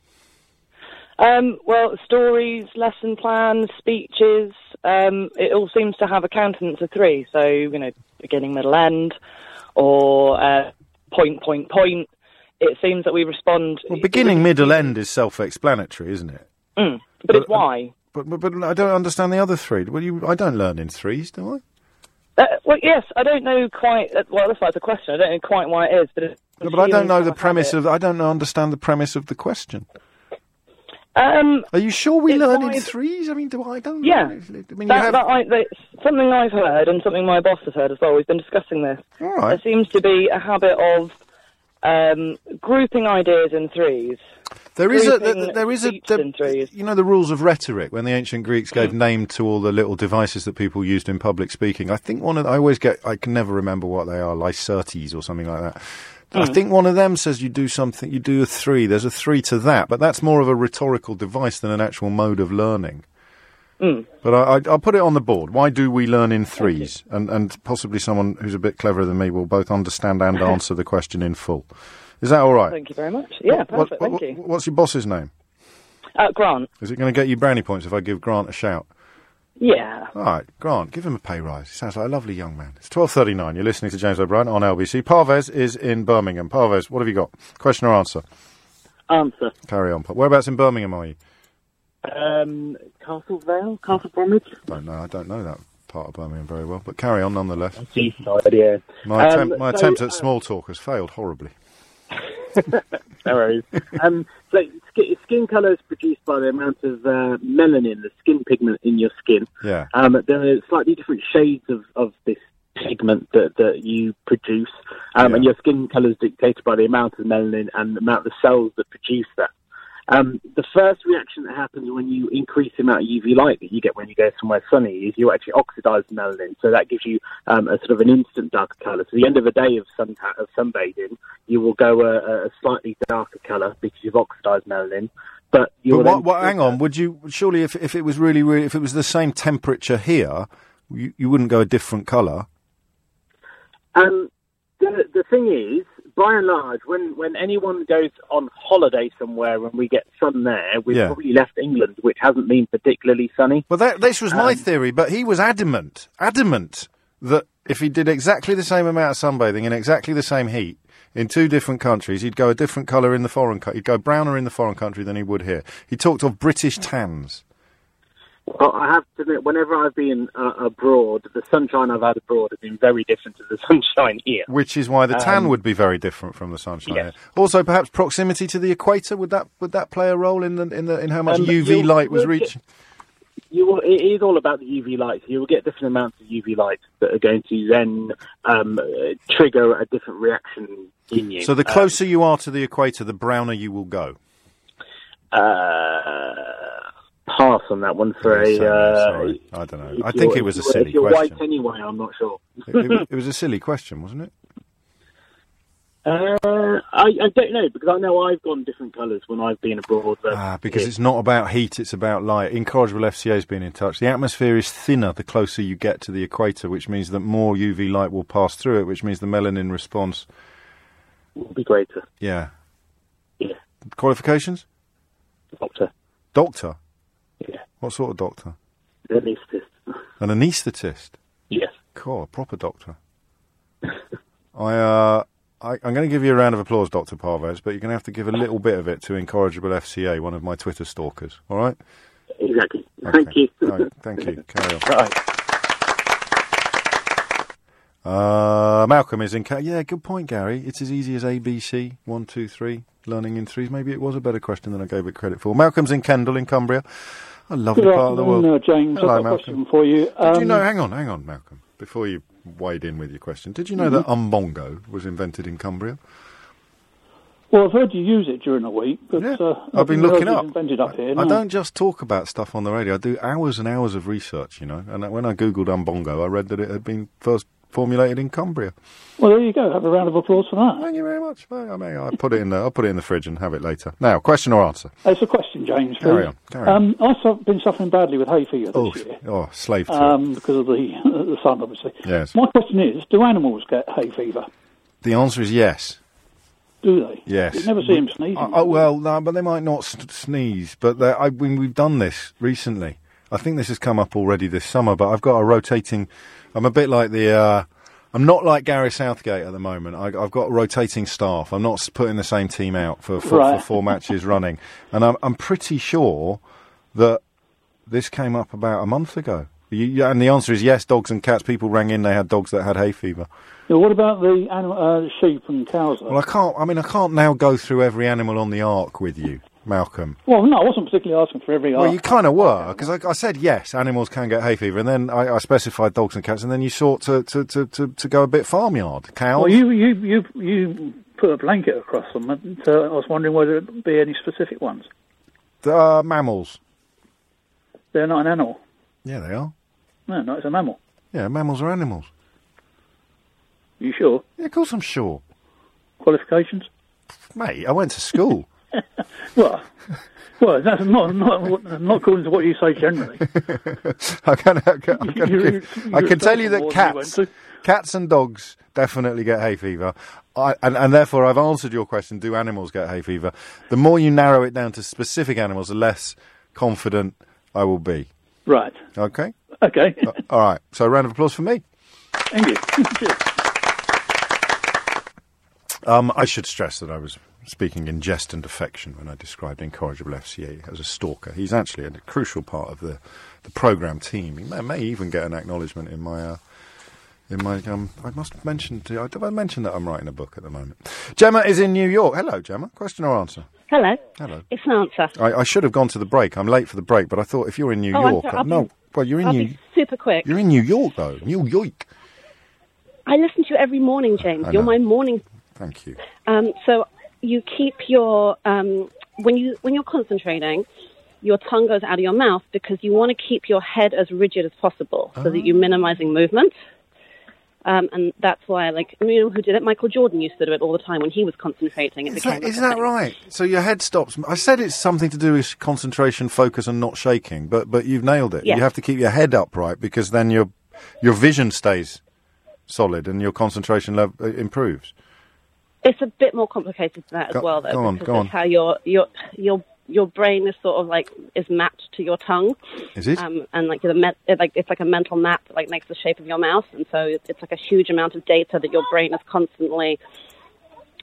M: Um, well, stories, lesson plans, speeches. Um, it all seems to have accountants of three. So you know, beginning, middle, end, or uh, point, point, point. It seems that we respond.
B: Well, beginning, middle, end is self-explanatory, isn't it?
M: Mm, but it's why.
B: But, uh, but but I don't understand the other three. Well, you, I don't learn in threes, do I?
M: Uh, well, yes, I don't know quite. Uh, well, that's like the question. I don't know quite why it is, but it's,
B: No, but I don't know the premise of. I don't know, understand the premise of the question.
M: Um,
B: Are you sure we
M: it's
B: learn in
M: why-
B: threes? I mean, do I, I don't.
M: Yeah.
B: know. I mean, you
M: that,
B: have-
M: that I, that's something I've heard and something my boss has heard as well. We've been discussing this.
B: All right.
M: There seems to be a habit of um, grouping ideas in threes.
B: There is a
M: Grouping
B: there, there is a
M: speech
B: there-
M: in threes.
B: you know the rules of rhetoric when the ancient Greeks gave name to all the little devices that people used in public speaking. I think one of I always get I can never remember what they are Lycertes or something like that. I
O: Mm.
B: think one of them says you do something you do a three. There's a three to that, but that's more of a rhetorical device than an actual mode of learning.
M: Mm.
B: But I, I, I'll put it on the board. Why do we learn in threes? And and possibly someone who's a bit cleverer than me will both understand and answer the question in full. Is that all right?
M: Thank you very much. Yeah,
B: What-
M: perfect.
B: what-
M: thank you.
B: What's your boss's name?
M: Uh, Grant.
B: Is it going to get you brownie points if I give Grant a shout?
M: Yeah.
B: All right, Grant, give him a pay rise. He sounds like a lovely young man. It's twelve thirty-nine. You're listening to James O'Brien on LBC. Parvez is in Birmingham. Parvez, what have you got? Question or answer?
P: Answer.
B: Carry on. Pa- Whereabouts in Birmingham are you?
P: Um, Castle Vale, Castle Bromwich.
B: Don't know. I don't know that part of Birmingham very well, but carry on nonetheless.
P: Seaside, yeah.
B: My,
P: Um,
B: attempt, my
P: so,
B: attempt
P: uh,
B: at small talk has failed horribly.
P: No worries. um, so sk- skin colour is produced by the amount of uh, melanin, the skin pigment in your skin.
B: Yeah.
P: Um, there are slightly different shades of, of this pigment that, that you produce, um, and your skin colour is dictated by the amount of melanin and the amount of cells that produce that. Um, the first reaction that happens when you increase the amount of UV light that you get when you go somewhere sunny is you actually oxidize melanin. So that gives you um, a sort of an instant darker color. So at the end of a day of, sun of sunbathing, you will go a, a slightly darker color because you've oxidized melanin. But you'll
B: But
P: then
B: what, what, hang on, would you surely if if it was really, really if it was the same temperature here, you, you wouldn't go a different colour?
P: Um, the, the thing is, by and large, when, when anyone goes on holiday somewhere and we get sun there, we've
B: Yeah.
P: probably left England, which hasn't been particularly sunny. Um,
B: Well, that, this was my theory, but he was adamant, adamant that if he did exactly the same amount of sunbathing in exactly the same heat in two different countries, he'd go a different colour in the foreign country. He'd go browner in the foreign country than he would here. He talked of British tans.
P: Well, I have to admit, whenever I've been uh, abroad, the sunshine I've had abroad has been very different to the sunshine here.
B: Which is why the tan
P: Um,
B: would be very different from the sunshine.
P: yes.
B: here. Also, perhaps proximity to the equator would that would that play a role in the in the in how much
P: Um,
B: UV
P: you'll-
B: light was
P: you'll get-
B: reaching?
P: You will, it is all about the UV light. You will get different amounts of UV light that are going to then um, uh, trigger a different reaction in you.
B: So the
P: Um,
B: closer you are to the equator, the browner you will go.
P: Uh, pass on that one for
B: Yeah,
P: a.
B: sorry,
P: uh,
B: sorry. I don't know.
P: if
B: I think
P: you're-
B: it was a
P: if you're-
B: silly
P: if you're
B: question.
P: white anyway, I'm not sure.
B: It, it- it was a silly question, wasn't it?
P: Uh, I, I don't know because I know I've gone different colours when I've been abroad. but-
B: Ah, because it's not about heat, it's about light. Incorrigible FCA's been in touch. The atmosphere is thinner the closer you get to the equator, which means that more UV light will pass through it, which means the melanin response.
P: Would be greater.
B: Yeah.
P: Yeah.
B: Qualifications?
P: Doctor.
B: Doctor?
P: Yeah.
B: What sort of doctor?
P: At least this.
B: An anaesthetist?
P: Yes.
B: Cool, a proper doctor. I, uh, I, I'm going to give you a round of applause, Dr. Parvez, but you're going to have to give a little bit of it to Incorrigible FCA, one of my Twitter stalkers, all right?
P: Exactly. Thank you.
B: No, thank you. Carry on.
P: Right.
B: Uh, Malcolm is in. Ca- yeah, good point, Gary. It's as easy as ABC. One, two, three. Learning in threes. Maybe it was a better question than I gave it credit for. Malcolm's in Kendal in Cumbria. A lovely
O: Good
B: part of the
O: afternoon,
B: world.
O: uh, James. I've
B: Hello,
O: got a
B: Malcolm.
O: question for you.
B: Did you
O: Um,
B: know? Hang on, hang on, Malcolm. Before you wade in with your question, did you
O: Mm-hmm.
B: know that umbongo was invented in Cumbria?
O: Well, I've heard you use it during the week, but uh,
B: I've been
O: nothing
B: looking
O: else is
B: up.
O: Invented up here.
B: I
O: no.
B: don't just talk about stuff on the radio. I do hours and hours of research, you know. And when I googled umbongo, I read that it had been first formulated in Cumbria.
O: Well, there you go. Have a round of applause for that.
B: Thank you very much. I mean, I put it in the, I'll put it in the fridge and have it later. Now, question or answer?
O: It's a question, James.
B: Carry
O: please.
B: on, carry on.
O: Um, I've su- been suffering badly with hay fever this
B: Oh,
O: year
B: oh, slave to it.
O: um, because of the the sun, obviously.
B: Yes.
O: My question is: Do animals get hay fever?
B: The answer is yes.
O: Do they?
B: Yes.
O: You never see them sneezing.
B: Oh, oh, well, no, but they might not s- sneeze. But they- I mean, we've done this recently. I think this has come up already this summer. But I've got a rotating. I'm a bit like the. Uh, I'm not like Gary Southgate at the moment. I, I've got rotating staff. I'm not s- putting the same team out for for,
O: Right.
B: for four matches running, and I'm, I'm pretty sure that this came up about a month ago. You- you- and the answer is yes. Dogs and cats. People rang in. They had dogs that had hay fever.
O: Now, what about the animal, uh, sheep and cows? Though?
B: Well, I can't. I mean, I can't now go through every animal on the ark with you, Malcolm.
O: Well, no, I wasn't particularly asking for every.
B: Well, you kind of were because I, I said yes, animals can get hay fever, and then I, I specified dogs and cats, and then you sought to to, to, to, to go a bit farmyard. Cows.
O: Well, you you you you put a blanket across them, and uh, I was wondering whether it would be any specific ones.
B: uh, mammals.
O: They're not an animal.
B: Yeah, they are.
O: No, no, it's a mammal.
B: Yeah, mammals are animals.
O: You sure?
B: Yeah, of course I'm sure,
O: Qualifications?
B: mate. I went to school.
O: Well, well, that's not not not according to what you say generally.
B: I can, I can, I can,
O: You- you-
B: I
O: you
B: can tell you
O: don't know
B: that
O: what you
B: cats, cats and dogs definitely get hay fever. I, and, and therefore, I've answered your question do animals get hay fever? The more you narrow it down to specific animals, the less confident I will be.
O: Right.
B: Okay?
O: Okay.
B: Uh, all right. So, a round of applause for me.
O: Thank you. Cheers.
B: Um, I should stress that I was speaking in jest and affection when I described incorrigible FCA as a stalker. He's actually a crucial part of the, the program team. He may, may even get an acknowledgement in my. Uh, in my, um, I must mention to you, have I mentioned that I'm writing a book at the moment? Gemma is in New York. Hello, Gemma. Question or answer?
Q: Hello.
B: Hello. Oh,
Q: It's an answer.
B: I, I should have gone to the break. I'm late for the break, but I thought if you're in New
Q: Oh, I'm
B: York,
Q: so-
B: I-
Q: I'll
B: no,
Q: be-
B: well, you're in
Q: I'll
B: New,
Q: be super quick.
B: you're in New York though. New York.
Q: I listen to you every morning, James.
B: I
Q: You're
B: know.
Q: my morning.
B: Thank you.
Q: Um, so you keep your um, when you when you're concentrating, your tongue goes out of your mouth because you want to keep your head as rigid as possible so that you're
B: Oh.
Q: minimizing movement. Um, and that's why, like, you know, who did it? Michael Jordan used to do it all the time when he was concentrating. It
B: Is
Q: became
B: that,
Q: like
B: is
Q: a
B: that
Q: thing.
B: right? So your head stops. I said it's something to do with concentration, focus, and not shaking, but but you've nailed it.
Q: Yes.
B: You have to keep your head upright because then your your vision stays solid and your concentration level improves.
Q: It's a bit more complicated than that as
B: Go-
Q: well, though.
B: go on,
Q: because
B: go
Q: of
B: on.
Q: How your your your your brain is sort of like is mapped to your tongue.
B: Is it?
Q: Um, and like the met, it, like it's like a mental map that like makes the shape of your mouth, and so it's like a huge amount of data that your brain is constantly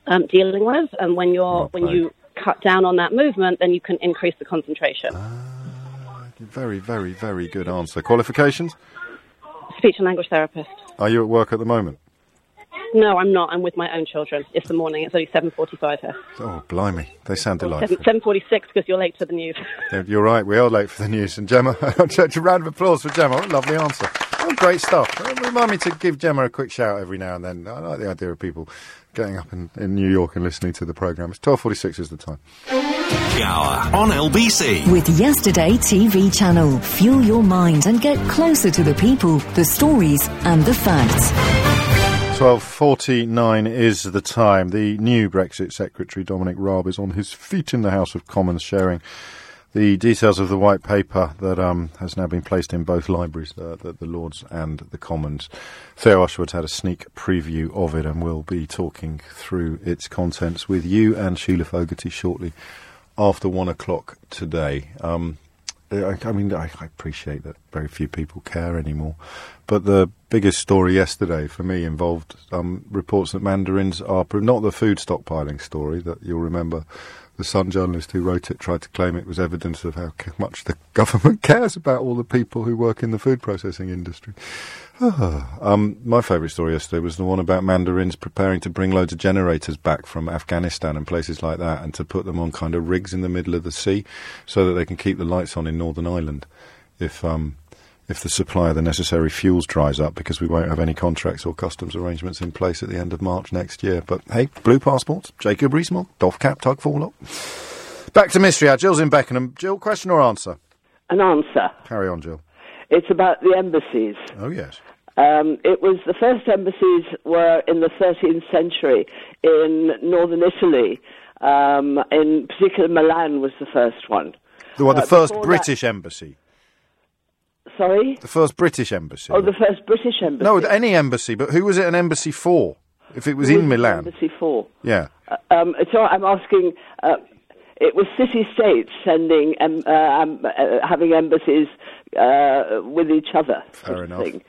Q: um, dealing with. And when you're when you cut down on that movement, then you can increase the concentration.
B: Ah. Very, very, very good answer. Qualifications?
Q: Speech and language therapist.
B: Are you at work at the moment?
Q: No, I'm not. I'm with my own children. It's the morning. It's only seven forty-five here.
B: Oh, blimey, they sound delightful.
Q: Seven forty-six because you're late to the news.
B: Yeah, You're right. We are late for the news. And Gemma, a round of applause for Gemma. What a lovely answer. Oh, great stuff. Uh, Remind me to give Gemma a quick shout every now and then. I like the idea of people getting up in, in New York and listening to the programme. It's 12.46 is the time.
A: The hour on LBC.
R: With Yesterday TV channel, fuel your mind and get closer to the people, the stories, and the facts.
B: 12.49 is the time. The new Brexit Secretary, Dominic Raab, is on his feet in the House of Commons sharing the details of the white paper that um, has now been placed in both libraries, the, the, the Lords and the Commons. Theo Ashwood had a sneak preview of it and will be talking through its contents with you and Sheila Fogarty shortly after one o'clock today. Um, I, I mean, I, I appreciate that very few people care anymore, but the biggest story yesterday for me involved um, reports that mandarins are pro- not the food stockpiling story that you'll remember the Sun journalist who wrote it tried to claim it was evidence of how c- much the government cares about all the people who work in the food processing industry. um, my favourite story yesterday was the one about mandarins preparing to bring loads of generators back from Afghanistan and places like that and to put them on kind of rigs in the middle of the sea so that they can keep the lights on in Northern Ireland if. Um, if the supply of the necessary fuels dries up because we won't have any contracts or customs arrangements in place at the end of March next year. But hey, blue passports, Jacob Rees-Mogg, Dolph Cap, Tug Forlock. Back to mystery hour. Jill's in Beckenham. Jill, question or answer?
S: An answer.
B: Carry on, Jill.
S: It's about the embassies.
B: Oh, yes.
S: Um, it was the first embassies were in the 13th century in northern Italy. Um, in particular, Milan was the first one.
B: The, well, the
S: Uh,
B: first
S: before
B: British embassy.
S: that- sorry?
B: The first British embassy.
S: Oh, the first British embassy.
B: no, any embassy, but who was it an embassy for? If it was in Milan.
S: Embassy four.
B: Yeah.
S: Uh, Um, so I'm asking. Uh, it was city-states sending, um, uh, um, uh, having embassies uh, with each other.
B: Fair enough.
S: Um,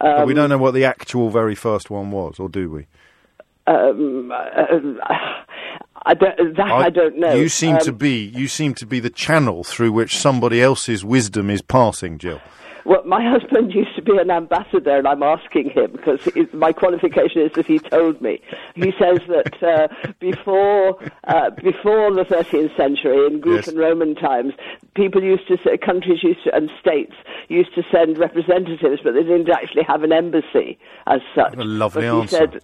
B: but we don't know what the actual very first one was, or do we?
S: Um, uh, I don't, that I, don't know.
B: You seem
S: Um,
B: to be you seem to be the channel through which somebody else's wisdom is passing, Jill.
S: Well, my husband used to be an ambassador, and I'm asking him because he- my qualification is that he told me. He says that uh, before uh, before the 13th century, in Greek
T: Yes.
S: and Roman times, people used to say, countries used to, and states used to send representatives, but they didn't actually have an embassy as such.
B: a lovely
S: But he
B: answer.
S: Said,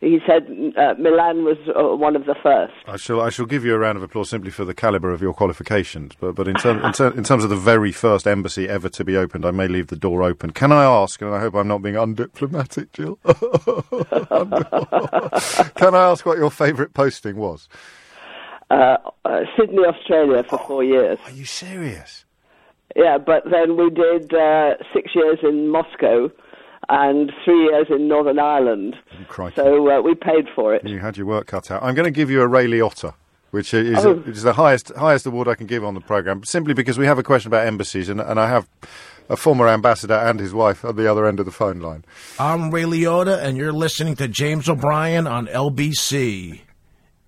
S: he said uh, Milan was uh, one of the first.
B: I shall I shall give you a round of applause simply for the calibre of your qualifications. But but in, term, in, ter- in terms of the very first embassy ever to be opened, I may leave the door open. Can I ask? And I hope I'm not being undiplomatic, Jill. Can I ask what your favourite posting was?
S: uh, uh, Sydney, Australia for four years. Are
B: Oh, you serious?
S: Yeah, but then we did uh, six years in Moscow and three years in Northern Ireland.
B: crikey.
S: So uh, we paid for it.
B: You had your work cut out. I'm going to give you a Rayleigh Otter, which is,
S: Oh.
B: is the highest highest award I can give on the program, simply because we have a question about embassies, and, and I have a former ambassador and his wife at the other end of the phone line.
U: I'm Ray Liotta, and you're listening to James O'Brien on LBC.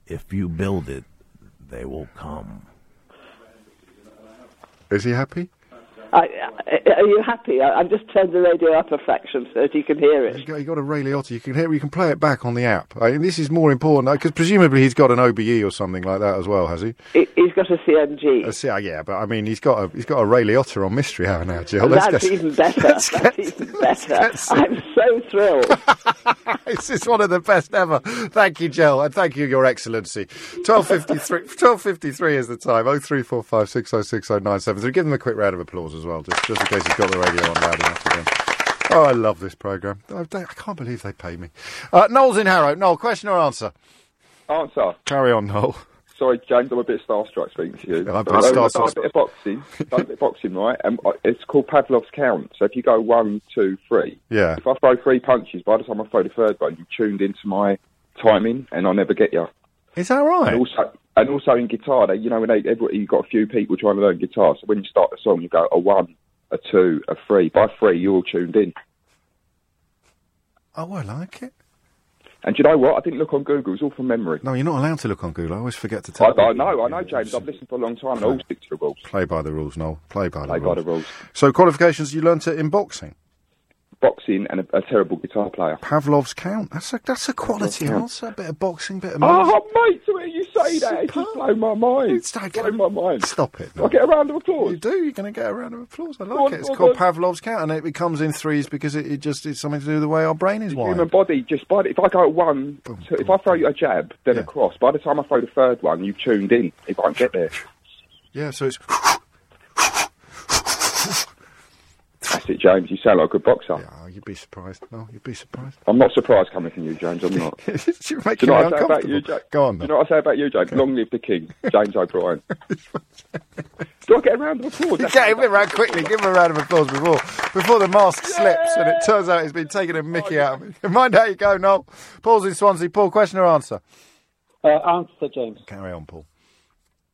U: If you build it, they will come.
B: Is he happy?
S: I, I, are you happy? I, I've just turned the radio up a fraction so that you can hear it.
B: You got, you got a Rayleigh Otter. You can hear. You can play it back on the app. I mean, this is more important because presumably he's got an OBE or something like that as well, has he?
S: He- He's got a CMG.
B: Uh, see, uh, yeah, but I mean, he's got a he's got a Rayleigh Otter on Mystery Hour now, Jill.
S: That's even better. That's even better. I'm so thrilled.
B: this is one of the best ever. Thank you, Jill, and thank you, Your Excellency. 1253, 1253 is the time. 0345 606 0973. Give them a quick round of applause as well, just, just in case he's got the radio on loud enough again. Oh, I love this programme. I, don't- I can't believe they pay me. Uh, Noel's in Harrow. Noel, question or answer?
V: Answer.
B: Carry on, Noel.
V: Sorry, James, I'm a bit starstruck speaking to you.
B: I've been
V: But um, I've done
B: starstruck.
V: a bit of boxing. done a bit of boxing, right? And I- it's called Pavlov's count. So if you go one, two, three.
B: Yeah.
V: If I throw three punches, by the time I throw the third one, you tuned into my timing, and I never get you.
B: Is that right?
V: And also, and also in guitar, they, you know, when they, everybody, you've got a few people trying to learn guitar. So when you start a song, you go a one, a two, a three. By three, you're all tuned in.
B: Oh, I like it.
V: And do you know what? I didn't look on Google. It's all from memory.
B: No, you're not allowed to look on Google. I always forget to
V: I,
B: tell
V: I
B: people.
V: know, I know, James. I've listened for a long time. and I always stick to the rules.
B: Play by the rules, Noel. Play by the
V: Play
B: rules.
V: by the rules.
B: So, qualifications you learnt it in boxing.
V: Boxing and a, a terrible guitar player.
B: Pavlov's count. That's a that's a quality
V: count.
B: answer. A bit of boxing, bit of music.
V: Oh, mate, to hear you say that, it just blow my mind. It's like blow my mind.
B: Stop it.
V: I get a round of applause. You
B: do. You're going to get a round of applause. I
V: like
B: Okay, it's called Pavlov's count, and it, it comes in threes because it, it just it's something to do with the way our brain is wired.
V: Human body, just by the, if I go at one, two, if I throw you a jab, then a cross. By the time I throw the third one, you've tuned in. If I can get there,
B: Yeah, so it's
V: that's it, James. You sound like a good boxer.
B: oh, you'd be surprised. No, you'd be surprised.
V: I'm not surprised coming from you, James. I'm not.
B: You're
V: Do
B: making
V: you know
B: me
V: what I say about
B: uncomfortable.
V: you, James?
B: Go on.
V: Do you know what I say about you, James? Long live the king, James O'Brien. Do I get a round of applause?
B: You get him around quickly. Give him a round of applause before before the mask slips and it turns out he's been taking a mickey out of me. Mind how you go, Noel. Paul's in Swansea. Paul, question or answer?
W: Uh, answer, James.
B: Carry on, Paul.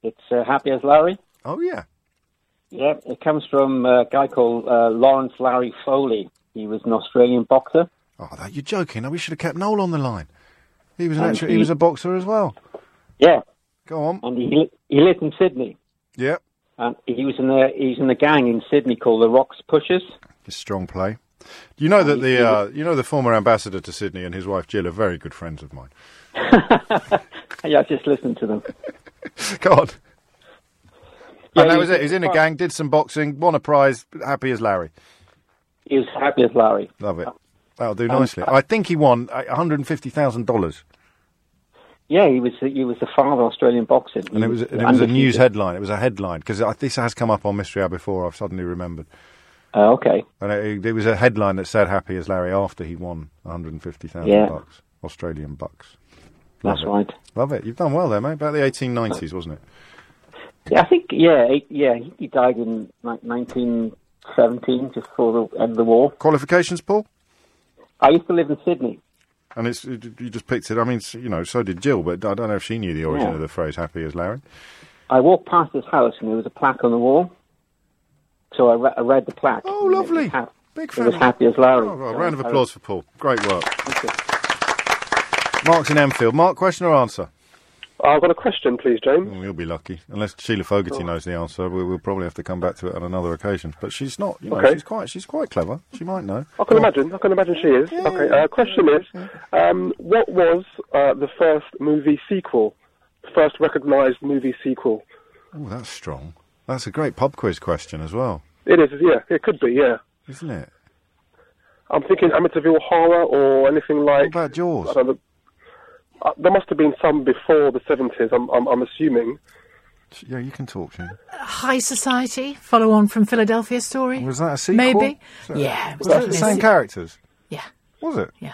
W: It's uh, Happy as Larry.
B: Oh, yeah.
W: Yeah, it comes from uh, a guy called uh, Lawrence Larry Foley. He was an Australian boxer.
B: Oh, that, you're joking. We should have kept Noel on the line. He was an
W: Um,
B: actual,
W: he-
B: he was a boxer as well.
W: Yeah.
B: Go on.
W: And he li- he lived in Sydney.
B: Yep.
W: And he was in the he was in the gang in Sydney called the Rocks Pushers.
B: It's strong play. You know
W: Oh,
B: that the uh, you know the former ambassador to Sydney and his wife Jill are very good friends of mine.
W: Yeah, I just listened to them.
B: Go on.
W: Yeah,
B: and that
W: he
B: Oh, was
W: was-
B: it. He's in a gang, did some boxing, won a prize, happy as Larry.
W: He was happy as Larry.
B: Love it. That'll do
W: Um,
B: nicely. I think he won uh, $150,000.
W: Yeah, he was he was the father of Australian boxing.
B: And it was, and it was a news headline. It was a headline because this has come up on Mystery Hour before. I've suddenly remembered.
W: Oh, okay.
B: And it, it was a headline that said "Happy as Larry" after he won 150,000
W: Yeah.
B: bucks, Australian bucks.
W: That's
B: it.
W: right.
B: Love it. You've done well there, mate. About the 1890s, wasn't it?
W: Yeah, I think yeah he, yeah he- he died in like 1917, just before the end of the war.
B: Qualifications, Paul?
W: I used to live in Sydney.
B: And it's you just picked it. I mean, s- you know, so did Jill, but I don't know if she knew the origin
W: Yeah.
B: of the phrase "Happy as Larry."
W: I walked past his house and there was a plaque on the wall. So I, re- I read the plaque. Oh, lovely! Big fan. It was happy as Larry.
B: Oh, well, round of applause for Paul. Great work. Mark's in Enfield. Mark, question or answer?
F: I've got a question, please, James.
B: Well, Oh, You'll be lucky, unless Sheila Fogarty knows the answer. We, we'll probably have to come back to it on another occasion. But she's not. You know,
F: Okay.
B: she's quite. She's quite clever. She might know.
F: I can imagine. I can imagine she is. Okay. Uh, question is, um, what was uh, the first movie sequel? The first recognised movie sequel.
B: Oh, that's strong. That's a great pub quiz question as well,
F: It is. Yeah. It could be. Yeah.
B: isn't it?
F: I'm thinking Amityville Horror or anything like. What
B: about Jaws?
F: uh, there must have been some before the 70s. I'm, I'm, I'm assuming.
B: Yeah, you can talk to.
C: High Society, follow on from Philadelphia Story.
B: Was that a sequel?
C: Maybe.
B: Was that-
C: yeah. it
B: Was that the
C: definitely a
B: same
C: se-
B: characters?
C: Yeah.
B: Was it?
C: Yeah.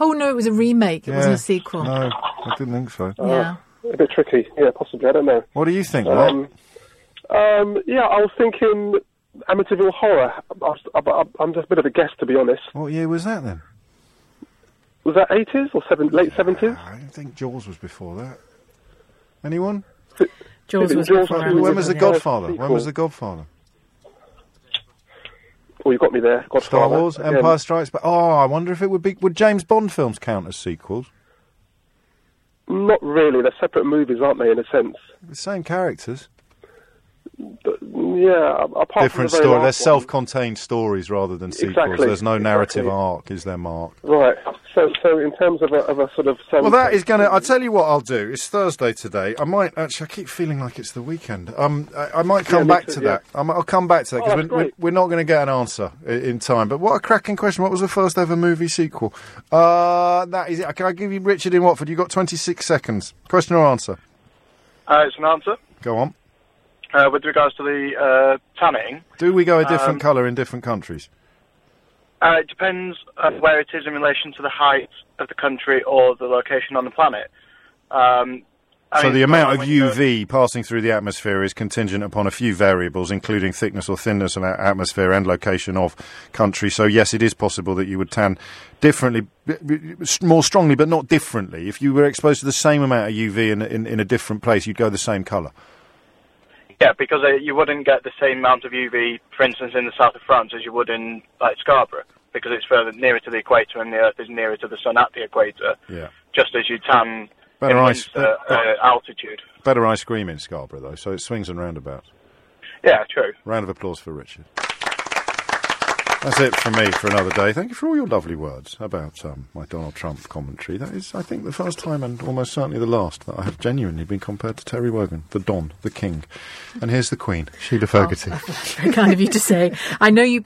C: Oh, no, it was a remake. It wasn't a sequel.
B: No, I didn't think so.
C: Yeah.
F: Uh, A bit tricky. Yeah, possibly. I don't know.
B: What do you think, Mark?
F: Um, um, yeah, I was thinking Amityville Horror. I, I, I'm just a bit of a guess, to be honest.
B: What year was that then?
F: Was that 80s or seven, late 70s?
B: I don't think Jaws was before that. Anyone?
F: Jaws was Jaws before was- Amityville,
B: When was The
F: yeah.
B: Godfather? When
F: Sequel.
B: was The Godfather?
F: Oh, you got me there. Godfather.
B: Star Wars,
F: Again.
B: Empire Strikes Back. Oh, I wonder if it would be. Would James Bond films count as sequels?
F: Not really. They're separate movies, aren't they? In a sense.
B: The same characters.
F: Yeah. a- Apart
B: Different
F: from the very
B: story. They're
F: last
B: self contained stories rather than sequels.
F: Exactly,
B: There's no narrative
F: exactly.
B: arc, is there, Mark?
F: one. Right. So, so in terms of a, of a sort of.
B: Well, that is going to. I tell you what, I'll do. It's Thursday today. I might actually. I keep feeling like it's the weekend. Um, I, I might
F: Yeah,
B: come
F: me
B: back
F: too,
B: to
F: yeah.
B: that. I'm, I'll come back to that
F: Oh,
B: because
F: that's
B: we're, we're,
F: great.
B: we're not going to get an answer in, in time. But what a cracking question! What was the first ever movie sequel? Uh, that is it. Can I give you Richard in Watford? You have got 26 seconds. Question or answer?
D: Uh, it's an answer.
B: Go on.
D: Uh, with regards to the uh, tanning,
B: Do we go a different
D: Um,
B: colour in different countries?
D: uh, it depends uh, where it is in relation to the height of the country or the location on the planet. Um, I
B: So
D: mean,
B: the amount of UV passing through the atmosphere is contingent upon a few variables, including thickness or thinness of the atmosphere and location of country. So yes, it is possible that you would tan differently, b- b- more strongly, but not differently. If you were exposed to the same amount of UV in, in, in a different place, you'd go the same colour.
D: Yeah, because uh, you wouldn't get the same amount of UV, for instance, in the south of France as you would in like Scarborough, because it's further nearer to the equator and the Earth is nearer to the sun at the equator.
B: Yeah.
D: Just as you tan
B: Better
D: in
B: ice-
D: winter,
B: be-
D: uh, altitude.
B: Better ice cream in Scarborough, though, so it swings and roundabouts.
D: Yeah, true.
B: Round of applause for Richard. That's it from me for another day. Thank you for all your lovely words about um, my Donald Trump commentary. That is, I think, the first time and almost certainly the last that I have genuinely been compared to Terry Wogan, the Don, the King. And here's the Queen, Sheila Fogarty.
C: Very kind of you to say. I know you